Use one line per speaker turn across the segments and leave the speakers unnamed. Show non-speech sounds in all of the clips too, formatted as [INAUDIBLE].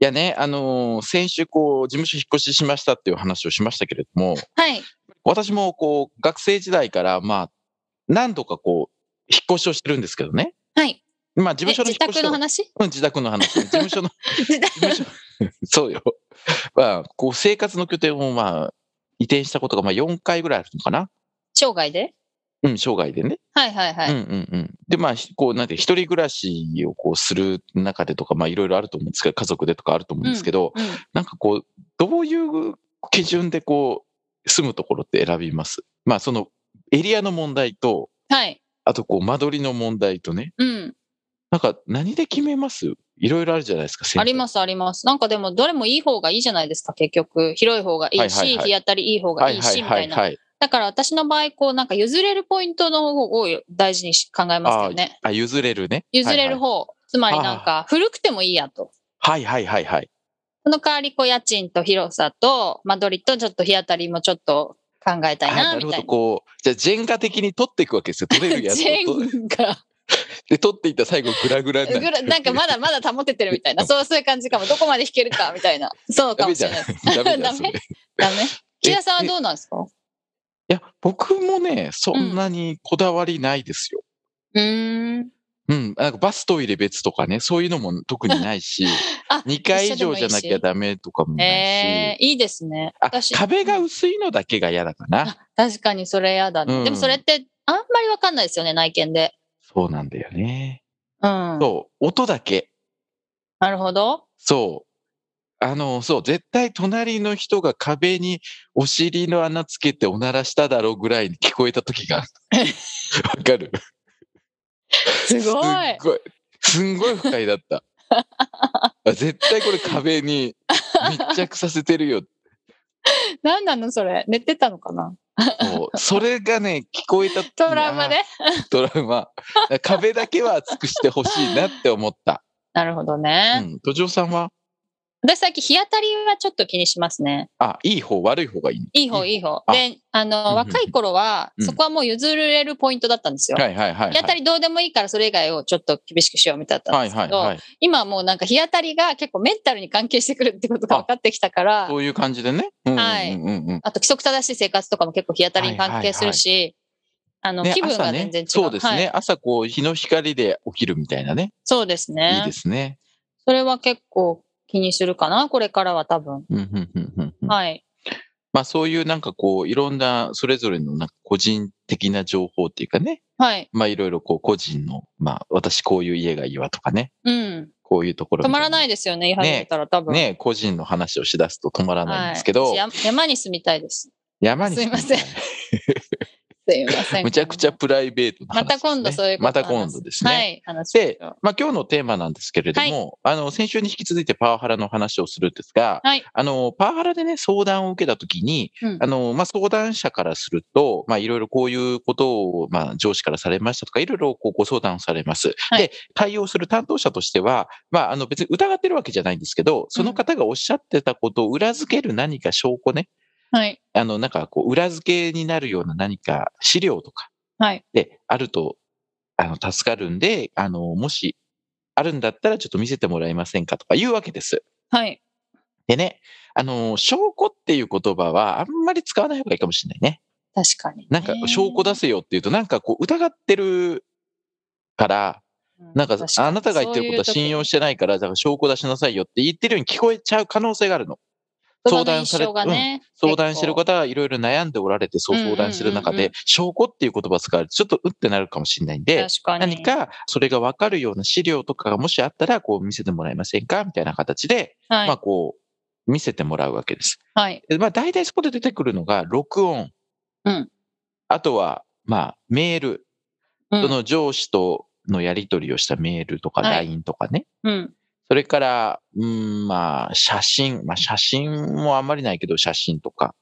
いやね、あのー先週、こう、事務所引っ越ししましたっていう話をしましたけれども、
はい。
私も、こう、学生時代から、まあ、何度かこう、引っ越しをしてるんですけどね。
はい。
まあ、事務所
え
の引っ越
自
し
宅
と
の
か。
話
うん、自宅の話。事 [LAUGHS] 務所の、
自宅
事務所 [LAUGHS] そうよ。まあ、こう、生活の拠点を、まあ、移転したことが、まあ、4回ぐらいあるのかな。
生涯で
うん、生涯でね。
はいはいはい。
うんうんうん。で、まあ、ひこう、なんて、一人暮らしをこうする中でとか、まあ、いろいろあると思うんですけど、家族でとかあると思うんですけど、
うん
なんかこう、どういう基準でこう、住むところって選びますまあ、その、エリアの問題と、
はい。
あとこう、間取りの問題とね、
うん。
なんか何で決めますいろいろあるじゃないですか、。
ありますすあります。なんかでも、どれもいい方がいいじゃないですか、結局。広い方がいいし、
はいはいはい
日当たりいい方が
はいい
い
は
し、
い
み
は
た
い
いな。
はい。
だから私の場合、こう、なんか譲れるポイントの方を大事にし考えますよね。
あ、譲れるね。
譲れる
方。
方。つまりなんか、古くてもいいやと。
はいはいはいはい。
その代わり、こう、家賃と広さと、間取りと、ちょっと日当たりもちょっと考えたい
あ
な、
なる
み
ほ
た
ど。
いな。
こう、じゃあ、ジェンガ的に取っていくわけですよ。取れるやつを
[LAUGHS] ジェンガ。
で、取っていった最後、グラグラになる
ぐら [LAUGHS] なんかまだまだ保ててるみ
[LAUGHS]
たいな、そうそういう感じかも、どこまで弾けるかみたいな、そう
ダ
か
メ
も
じ
し
ゃ
れ
ん
ない。。
ダメじゃん、
[LAUGHS] ダメ
それ。い
ダメ木田さん
え
はどうなんですかう
や、僕もね、そんなにこだわりないですよ。
ーん。
うん。なんかバストイレ別とかね、そういうのも特にない
[LAUGHS]
し、
あ
2階以上じゃなきゃダメとかもないし、
えー、いいですね。
あ壁が薄いのだけが嫌だかな。
あ確かにそれやだね、
うん
でもそれって、あんまりわかんないですよね、内見で。
そうなんだよね。
うん。
そう、音だけ。
なるほど。
そう。あの、そう、絶対隣の人が壁にお尻の穴つけておならしただろうぐらいに聞こえた時がある。
[LAUGHS]
わかる
すごい。
すっごい。すんごい不快だ
[LAUGHS]
った。あ絶対これ壁に密着させてるよ。
何なのそれ。寝てたのかな
もうそれがね、聞こえた時に
トラウマで、。
あートラウマ。壁だけは厚くしてほしいなって思った。
なるほど
う
ね。
ん。土壌さんは、
私最近日当たりはちょっと気にしますね。
あ、いい方、悪い方がいい。
いい方、
い
いい方。
あ
で、あ
うんうん
の、若い頃は、
うん
そこはもう譲れるポイントだったんですよ。
はいはいはい。
日当たりどうでもいいから、それ以外をちょっと厳しくしようみたいだったん
は
で
い
すけ
はい
ど、
はい。
今はもうなんか日当たりが結構メンタルに関係してくるってことが分かってきたから、
そ
あ
ういう感じでね。うんうん
はい
うんうんうん。
と規則正しい生活とかも結構日当たりに関係するし、あの、
ね
気分
朝
が
ね
全然違う。
そうです
はい
ね。朝こう、日の光で起きるみたいなね。
そうですね
いいですね。
それは結構気にするかな、これからは多分。
うんうんうんうんうん。
はい。
まあそういうなんかこういろんなそれぞれのなんか個人的な情報っていうかね、
はい。
まあいろいろこう個人の、まあ私こういう家がいいわとかね、
うん。
こういうところ
止まらないいですよね、言い始めたら多分。
ね、個人の話をしだすと止まらないんですけ
は
ど
い、私や山に住みたいです。
山に
すいません
住で
すいません。
むちゃくちゃプライベートな話
ま
ですね、
た今度そういうこと
また
話
今度ですね。
はい、話しま
で
しょう、
まあ今日のテーマなんですけれども、あの、先週に引き続いてパワハラの話をするんですが、
はい
あの、パワハラでね、相談を受けたときに、
うん
あの、まあ、相談者からすると、まあ、いろいろこういうことを、まあ、上司からされましたとか、いろいろこうご相談をされます。
はい
で、対応する担当者としては、まあ、あの、別に疑ってるわけじゃないんですけど、その方がおっしゃってたことを裏付ける何か証拠ね、
はい。
あの、なんかこう、裏付けになるような何か資料とか、
はい。
で、あると、あの、助かるんで、あの、もし、あるんだったらちょっと見せてもらえませんかとか言うわけです。
はい。
でね、あの、証拠っていう言葉はあんまり使わない方がいいかもしれないね。
確かにね。
なんか、証拠出
す。
せよっていうと、なんかこう、疑ってるから、なんか
確、に
あなたが言ってることは信用してないから、だから証拠出しなさいよって言ってるように聞こえちゃう可能性があるの。相談され
人がね
相談してる
結
方はいろいろ悩んでおられて、そう相談してる中
うんうんうんう
で、証拠っていう言葉を使われて、ちょっとうってなるかもしれないん
構
で、
確かに。
何かそれが分かるような資料とかがもしあったら、こう見せてもらえませんかみたいな形で、
はい。
まあこう、見せてもらうわけです。
はい。
でまあ大体そこで出てくるのが、録音。
うん
あとは、まあメール。
うん
その上司とのやり取りをしたメールとか
はい
LINE とかね。
うん。
それから、うん、まあ、写真。まあ、写真もあんまりないけど、写真とか。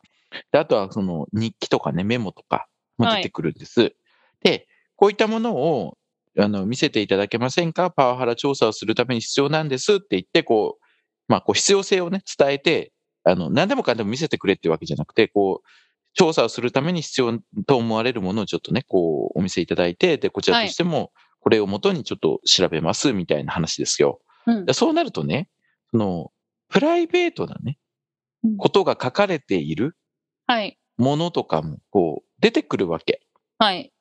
であとは、その、日記とかね、メモとかも出てくるんです。で、こういったものを、あの、見せていただけませんかパワハラ調査をするために必要なんですって言って、こう、まあ、こう、必要性をね、伝えて、あの、何でもかんでも見せてくれってわけじゃなくて、こう、調査をするために必要と思われるものをちょっとね、こう、お見せいただいて、で、こちらとしても、これをもとにちょっと調べます、みたいな話ですよ。
うん
でそうなるとね、その、プライベートなね
うん、
ことが書かれている
はい。
ものとかも、こう、出てくるわけ。
はい。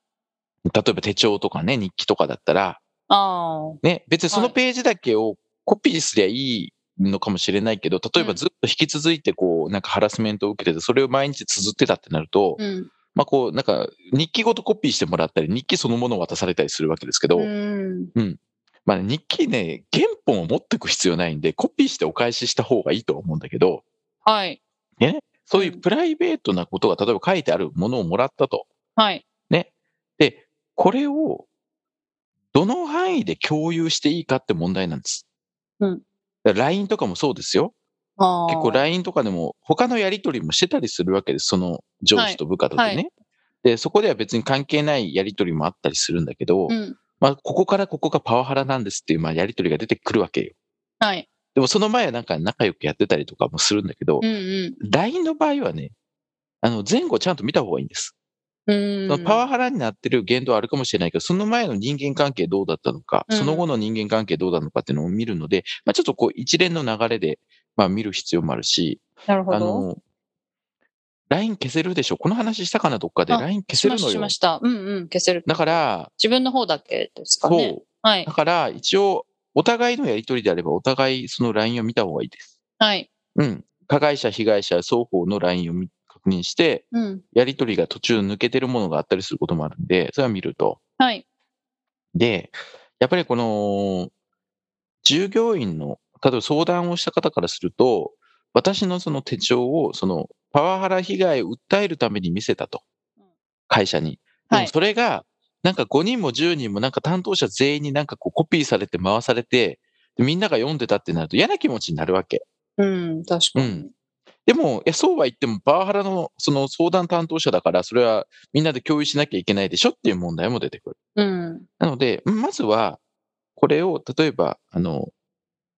例えば手帳とかね、日記とかだったら、
ああ。
ね、別にその
はい
ページだけをコピーすりゃいいのかもしれないけど、例えばずっと引き続いてこう、なんかハラスメントを受けてて、それを毎日綴ってたってなると、
うん。
まあこう、なんか日記ごとコピーしてもらったり、日記そのものを渡されたりするわけですけど、
うん。
まあ日記ね、原本を持ってく必要ないんで、コピーしてお返しした方がいいとは思うんだけど、
はい。
そういう
うん
プライベートなことが、例えば書いてあるものをもらったと。
はい。
で、これを、どの範囲で共有していいかって問題なんです。
うん
だから LINE とかもそうですよ。
ああ。
結構 LINE とかでも他のやり取りもしてたりするわけです。その上司と部下とでね。
はいはい
で、そこでは別に関係ないやり取りもあったりするんだけど、
うん。
まあ、ここからここがパワハラなんですっていう、まあ、やり取りが出てくるわけよ。
はい。
でもその前はなんか仲良くやってたりとかもするんだけど
う、んうん。
LINE の場合はね、あの、前後ちゃんと見た方がいいんです。
うん。
そのパワハラになってる言動はあるかもしれないけど、その前の人間関係どうだったのか、
うん
その後の人間関係どうなのかっていうのを見るので、まあ、ちょっとこう一連の流れで、まあ、見る必要もあるし、
なるほ
あ
ど。
の、LINE 消せるでしょこの話したかなどっかで
あ
LINE 消
し
せ
ま
る
し
の
たし
よ
ま。した。うんうん。消せる。
だから、
自分の方だけですかね。
そう。
はい
だ。から、一応、お互いのやりとりであれば、お互いその LINE を見た方がいいです。
はい。
うん。加害者、被害者、双方の LINE を見確認して、
うん。
やりとりが途中抜けてるものがあったりすることもあるんで、それは見ると。
はい。
で、やっぱりこの、従業員の、例えば相談をした方からすると、私のその手帳を、その、パワハラ被害を訴えるために見せたと
うん。
会社に。で
は
も
い。
それが、なんか5人も10人もなんか担当者全員になんかこうコピーされて回されて、でみんなが読んでたってなると嫌な気持ちになるわけ。
うん。確か
うん
に。
でも、いやそうは言ってもパワハラのその相談担当者だから、それはみんなで共有しなきゃいけないでしょっていう問題も出てくる。
うん。
なので、まずは、これを、例えば、あの、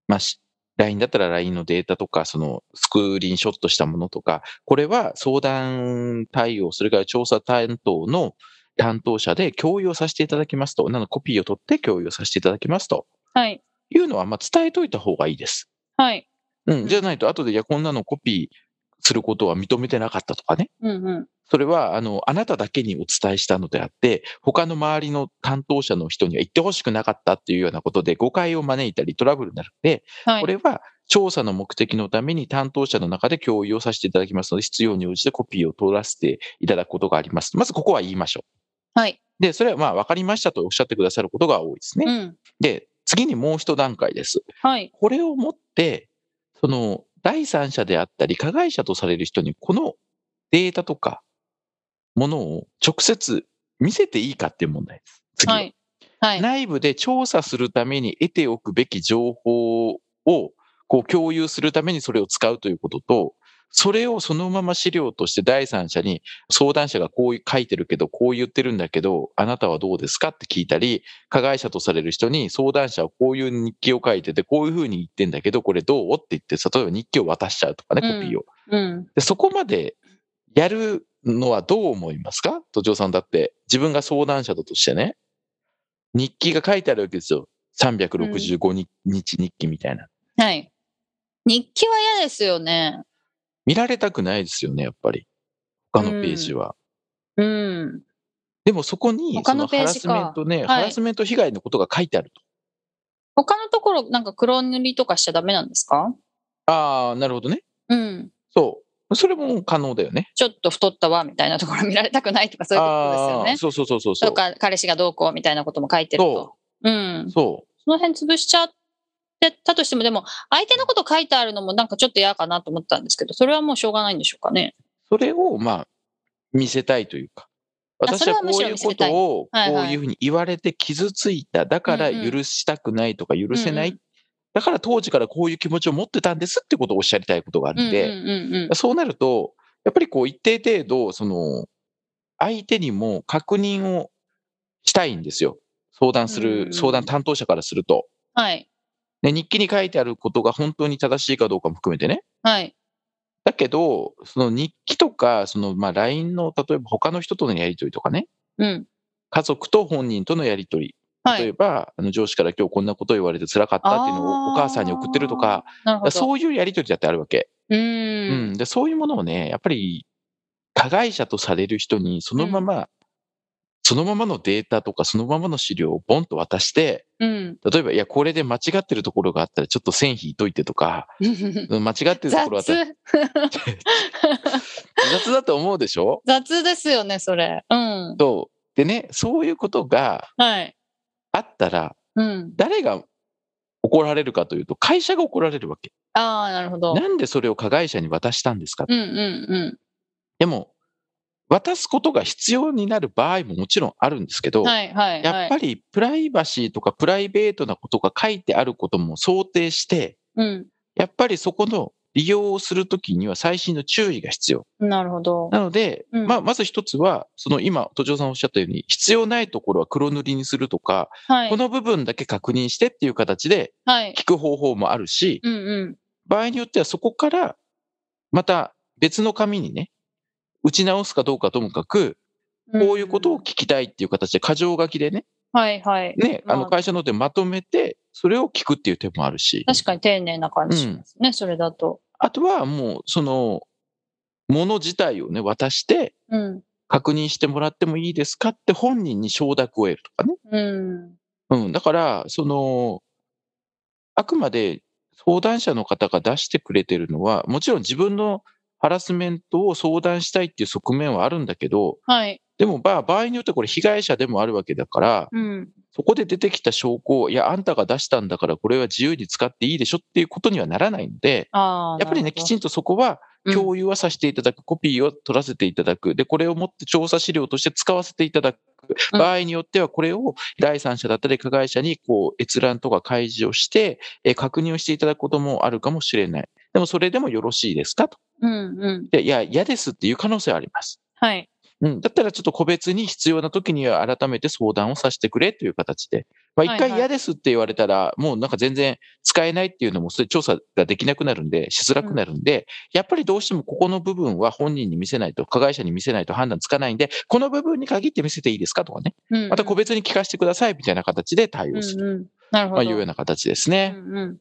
まあ、し LINE だったら LINE のデータとか、そのスクリーンショットしたものとか、これは相談対応、それから調査担当の担当者で共有をさせていただきますと、なのコピーを取って共有をさせていただきますと
はい。
いうのは、まあ、伝えといた方がいいです。
はい。
うん、じゃないと、後で、いや、こんなのコピーすることは認めてなかったとかね。
うんうん。
それは、あの、あなただけにお伝えしたのであって、他の周りの担当者の人には言ってほしくなかったっていうようなことで誤解を招いたりトラブルになるので、
はい。
これは調査の目的のために担当者の中で共有をさせていただきますので、必要に応じてコピーを取らせていただくことがあります。まずここは言いましょ
はい。
う。で、それはまあ分かりましたとおっしゃってくださることが多いです
う
ね。
ん。
で、次にもう一段階です。
はい。
これをもって、その、第三者であったり、加害者とされる人に、このデータとか、ものを直接見せていいかっていう問題です。次は
はい。はい。
内部で調査するために得ておくべき情報を、こう、共有するためにそれを使うということと、それをそのまま資料として第三者に相談者がこう書いてるけど、こう言ってるんだけど、あなたはどうですかって聞いたり、加害者とされる人に相談者はこういう日記を書いてて、こういうふうに言ってんだけど、これどうって言って、例えば日記を渡しちゃうとかね、
うん
コピーを。
うん。
でそこまでやるのはどう思いますか都庁さんだって、自分が相談者だとしてね、日記が書いてあるわけですよ。365日,、日日記みたいな。
はい。日記は嫌ですよね。
見られたくないですよね、やっぱり。他のページは。
うん。
でもそこに、
他の
そのハラ
ページ
ス
か
メントね、
い
ハラスメント被害のことが書いてあると。
他のところ、なんか黒塗りとかしちゃダメなんですか
ああ、なるほどね。
うん。
そう。それも可能だよね。
ちょっと太ったわ、みたいなところ見られたくないとかそういうことですよ
あ
ね
ー。そうそうそうそうそう。
とか、彼氏がどうこうみたいなことも書いてると。うん。
そ
その辺潰しちゃってたとしても、でも、相手のこと書いてあるのもなんかちょっと嫌かなと思ったんですけど、それはもうしょうがないんでしょうかね。
う。それを、まあ、見せたいというか。
あそ
私
れ
は
は
こ
むし
う
ろ
いう
見せ
こ
たい
とを、こ
はいうはい
いうふうに言われて傷ついた。だから
うんうん
許したくないとか許せない。
うん
だから当時からこういう気持ちを持ってたんですってことをおっしゃりたいことがあっ
うんうん
て、
うん
そうなると、やっぱりこう一定程度、その、相手にも確認をしたいんですよ。相談す
う
る、
ん
相談担当者からすると。
はい。
ね、日記に書いてあることが本当に正しいかどうかも含めてね。
はい。
だけど、その日記とか、そのまあ LINE の例えば他の人とのやりとりとかね、
うん。
家族と本人とのやりとり、
は
例え
い。
ば、あの上司から今日こんなこと言われて辛かったっていうのを
あー
お母さんに送ってるとか、
なるほど。
そういうやりとりだってあるわけ、
う
うん
ーん。
で。そういうものをね、やっぱり加害者とされる人にそのまま、そのままのデータとかそのままの資料をボンと渡して、
うん。
例えば、いや、これで間違ってるところがあったらちょっと線引いといてとか、間違ってるところあったら
雑
雑だと思うでしょ
雑ですよね、それ。うん。
と、でね、そういうことが
はい。
あったら、
うん。
誰が怒られるかというと、会社が怒られるわけ。
ああ、なるほど。
なんでそれを加害者に渡したんですか
うんうんうん。
でも、渡すことが必要になる場合ももちろんあるんですけど、
はいはいは
やっ
い。
ぱりプライバシーとかプライベートなことが書いてあることも想定して、
うん。
やっぱりそこの利用をするときには最新の注意が必要。
なるほど。
なので、
うん
まあ、まず一つは、その今、都庁さんおっしゃったように、必要ないところは黒塗りにするとか、
はい
こ。の部分だけ確認してっていう形で
はい。
聞く方法もあるし、
うんうん。
場合によってはそこから、また別の紙にね、打ち直すかどうかともかく、こういうことを聞きたいっていう形で、箇条書きでね、
はいはい。
ね、あ
ま
の
あ
会社のでまとめて、それを聞くっていう手もあるし、
確かに丁寧な感じしますね、それだと。
あとはもう、その、もの自体をね、渡して、
うん。
確認してもらってもいいですかって本人に承諾を得るとかね。
うん。
うん、だから、その、あくまで相談者の方が出してくれてるのは、もちろん自分のハラスメントを相談したいっていう側面はあるんだけど、
はい。
でもまあ場合によってこれ被害者でもあるわけだから、
うん。
そこで出てきた証拠を、いや、あんたが出したんだからこれは自由に使っていいでしょっていうことにはならないので、
ああ。
やっぱりね、きち
ん
んとそこは共有はさせていただく、コピーを取らせていただく、で、これを持って調査資料として使わせていただく、
うん
場合によってはこれを第三者だったり加害者にこう閲覧とか開示をして、えー確認をしていただくこともあるかもしれない。でもそれでもよろしいですかと。
うんうん。
でいや、嫌ですっていう可能性はあります。
はい。
うん、だったらちょっと個別に必要な時には改めて相談をさせてくれという形で。まあ
は
一
いはい
回嫌ですって言われたら、もうなんか全然使えないっていうのも、それ調査ができなくなるんで、しづらくなるんで、やっぱりどうしてもここの部分は本人に見せないと、加害者に見せないと判断つかないんで、この部分に限って見せていいですかとかね、
うん。
また個別に聞かせてくださいみたいな形で対応する。
うんうん。なるほ
まあ
ど。
いうような形ですね。
うんうん。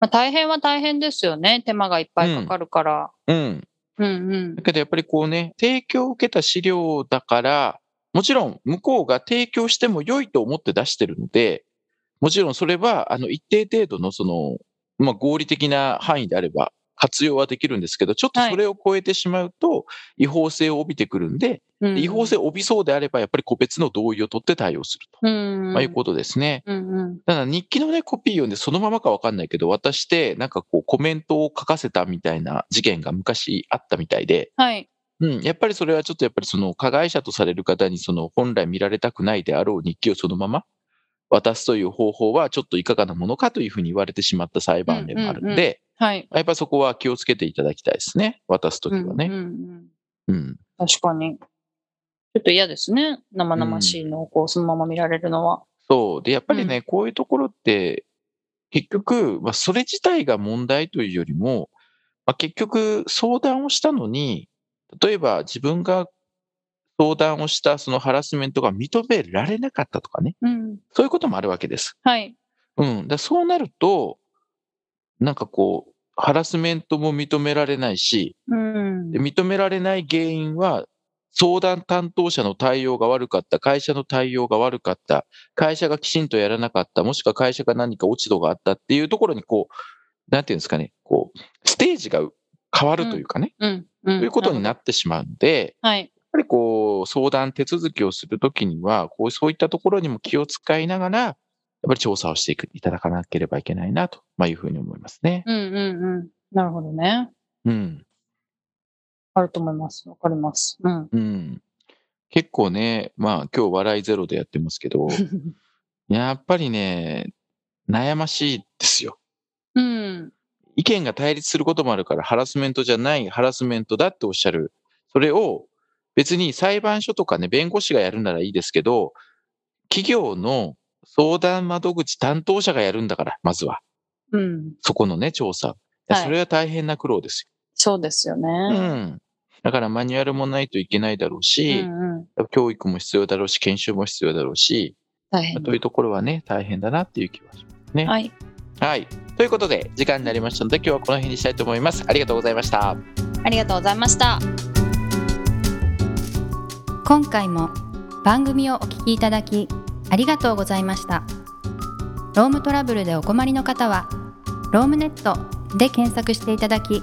まあ、大変は大変ですよね。手間がいっぱいかかるから。
うん。
うんうん
だ。けどやっぱりこうね、提供を受けた資料だから、もちろん向こうが提供しても良いと思って出してるので、もちろんそれは、あの、一定程度のその、まあ合理的な範囲であれば活用はできるんですけど、ちょっと
はい
それを超えてしまうと違法性を帯びてくるんで、
う
で
ん
違法性を帯びそうであれば、やっぱり個別の同意を取って対応すると。
うん。
まあいうことですね。
うんうん。
ただ日記のね、コピー読んでそのままかわかんないけど、渡してなんかこうコメントを書かせたみたいな事件が昔あったみたいで、
はい。
うん、やっぱりそれはちょっとやっぱりその加害者とされる方にその本来見られたくないであろう日記をそのまま渡すという方法はちょっといかがなものかというふうに言われてしまった裁判でもある
うん
ん
うん
で、
はい。
やっぱりそこは気をつけていただきたいですね。渡すときは
うん
ね。
うん
うん。
うん。確かに。ちょっと嫌ですね。生々しいのをこう、そのまま見られるのは。
そう。で、やっぱりね、こういうところって、結局、まあ、それ自体が問題というよりも、まあ、結局、相談をしたのに、例えば自分が相談をしたそのハラスメントが認められなかったとかね、
うん。
そういうこともあるわけです。
はい。
うん。だそうなると、なんかこう、ハラスメントも認められないし、
うん
で。認められない原因は、相談担当者の対応が悪かった、会社の対応が悪かった、会社がきちんとやらなかった、もしくは会社が何か落ち度があったっていうところに、こう、なんていうんですかね、こう、ステージが変わるというかね、
うん。うん。
ということにな
る
ってしまうので、
ほど。はい。
やっぱりこう、相談手続きをするときには、こう、そういったところにも気を使いながら、やっぱり調査をしていくいただかなければいけないな、と、まあ、いうふうに思いますね。
うんうんうん。なるほどね。
うん。
あると思います。わかります。
[LAUGHS]
うん。
うん。結構ね、まあ、今日笑いゼロでやってますけど、やっぱりね、悩ましいですよ。意見が対立することもあるから、ハラスメントじゃない、ハラスメントだっておっしゃる。それを、別に裁判所とかね、弁護士がやるならいいですけど、企業の相談窓口担当者がやるんだから、まずは。
うん。
そこのね、調査。いや
はい
それは大変な苦労です
そうですよね。
よ。うん。だからマニュアルもないといけないだろう
う
し、
んうん。
教育も必要だろうし、研修も必要だろうし、
大変。
というところはね、大変だなっていう気はしますね。
はい。
はい。ということで、時間になりましたので、今日はこの辺にしたいと思います。ありがとうございました。
ありがとうございました。
今回も番組をお聞きいただきありがとうございましたロームトラブルでお困りの方はロームネットで検索していただき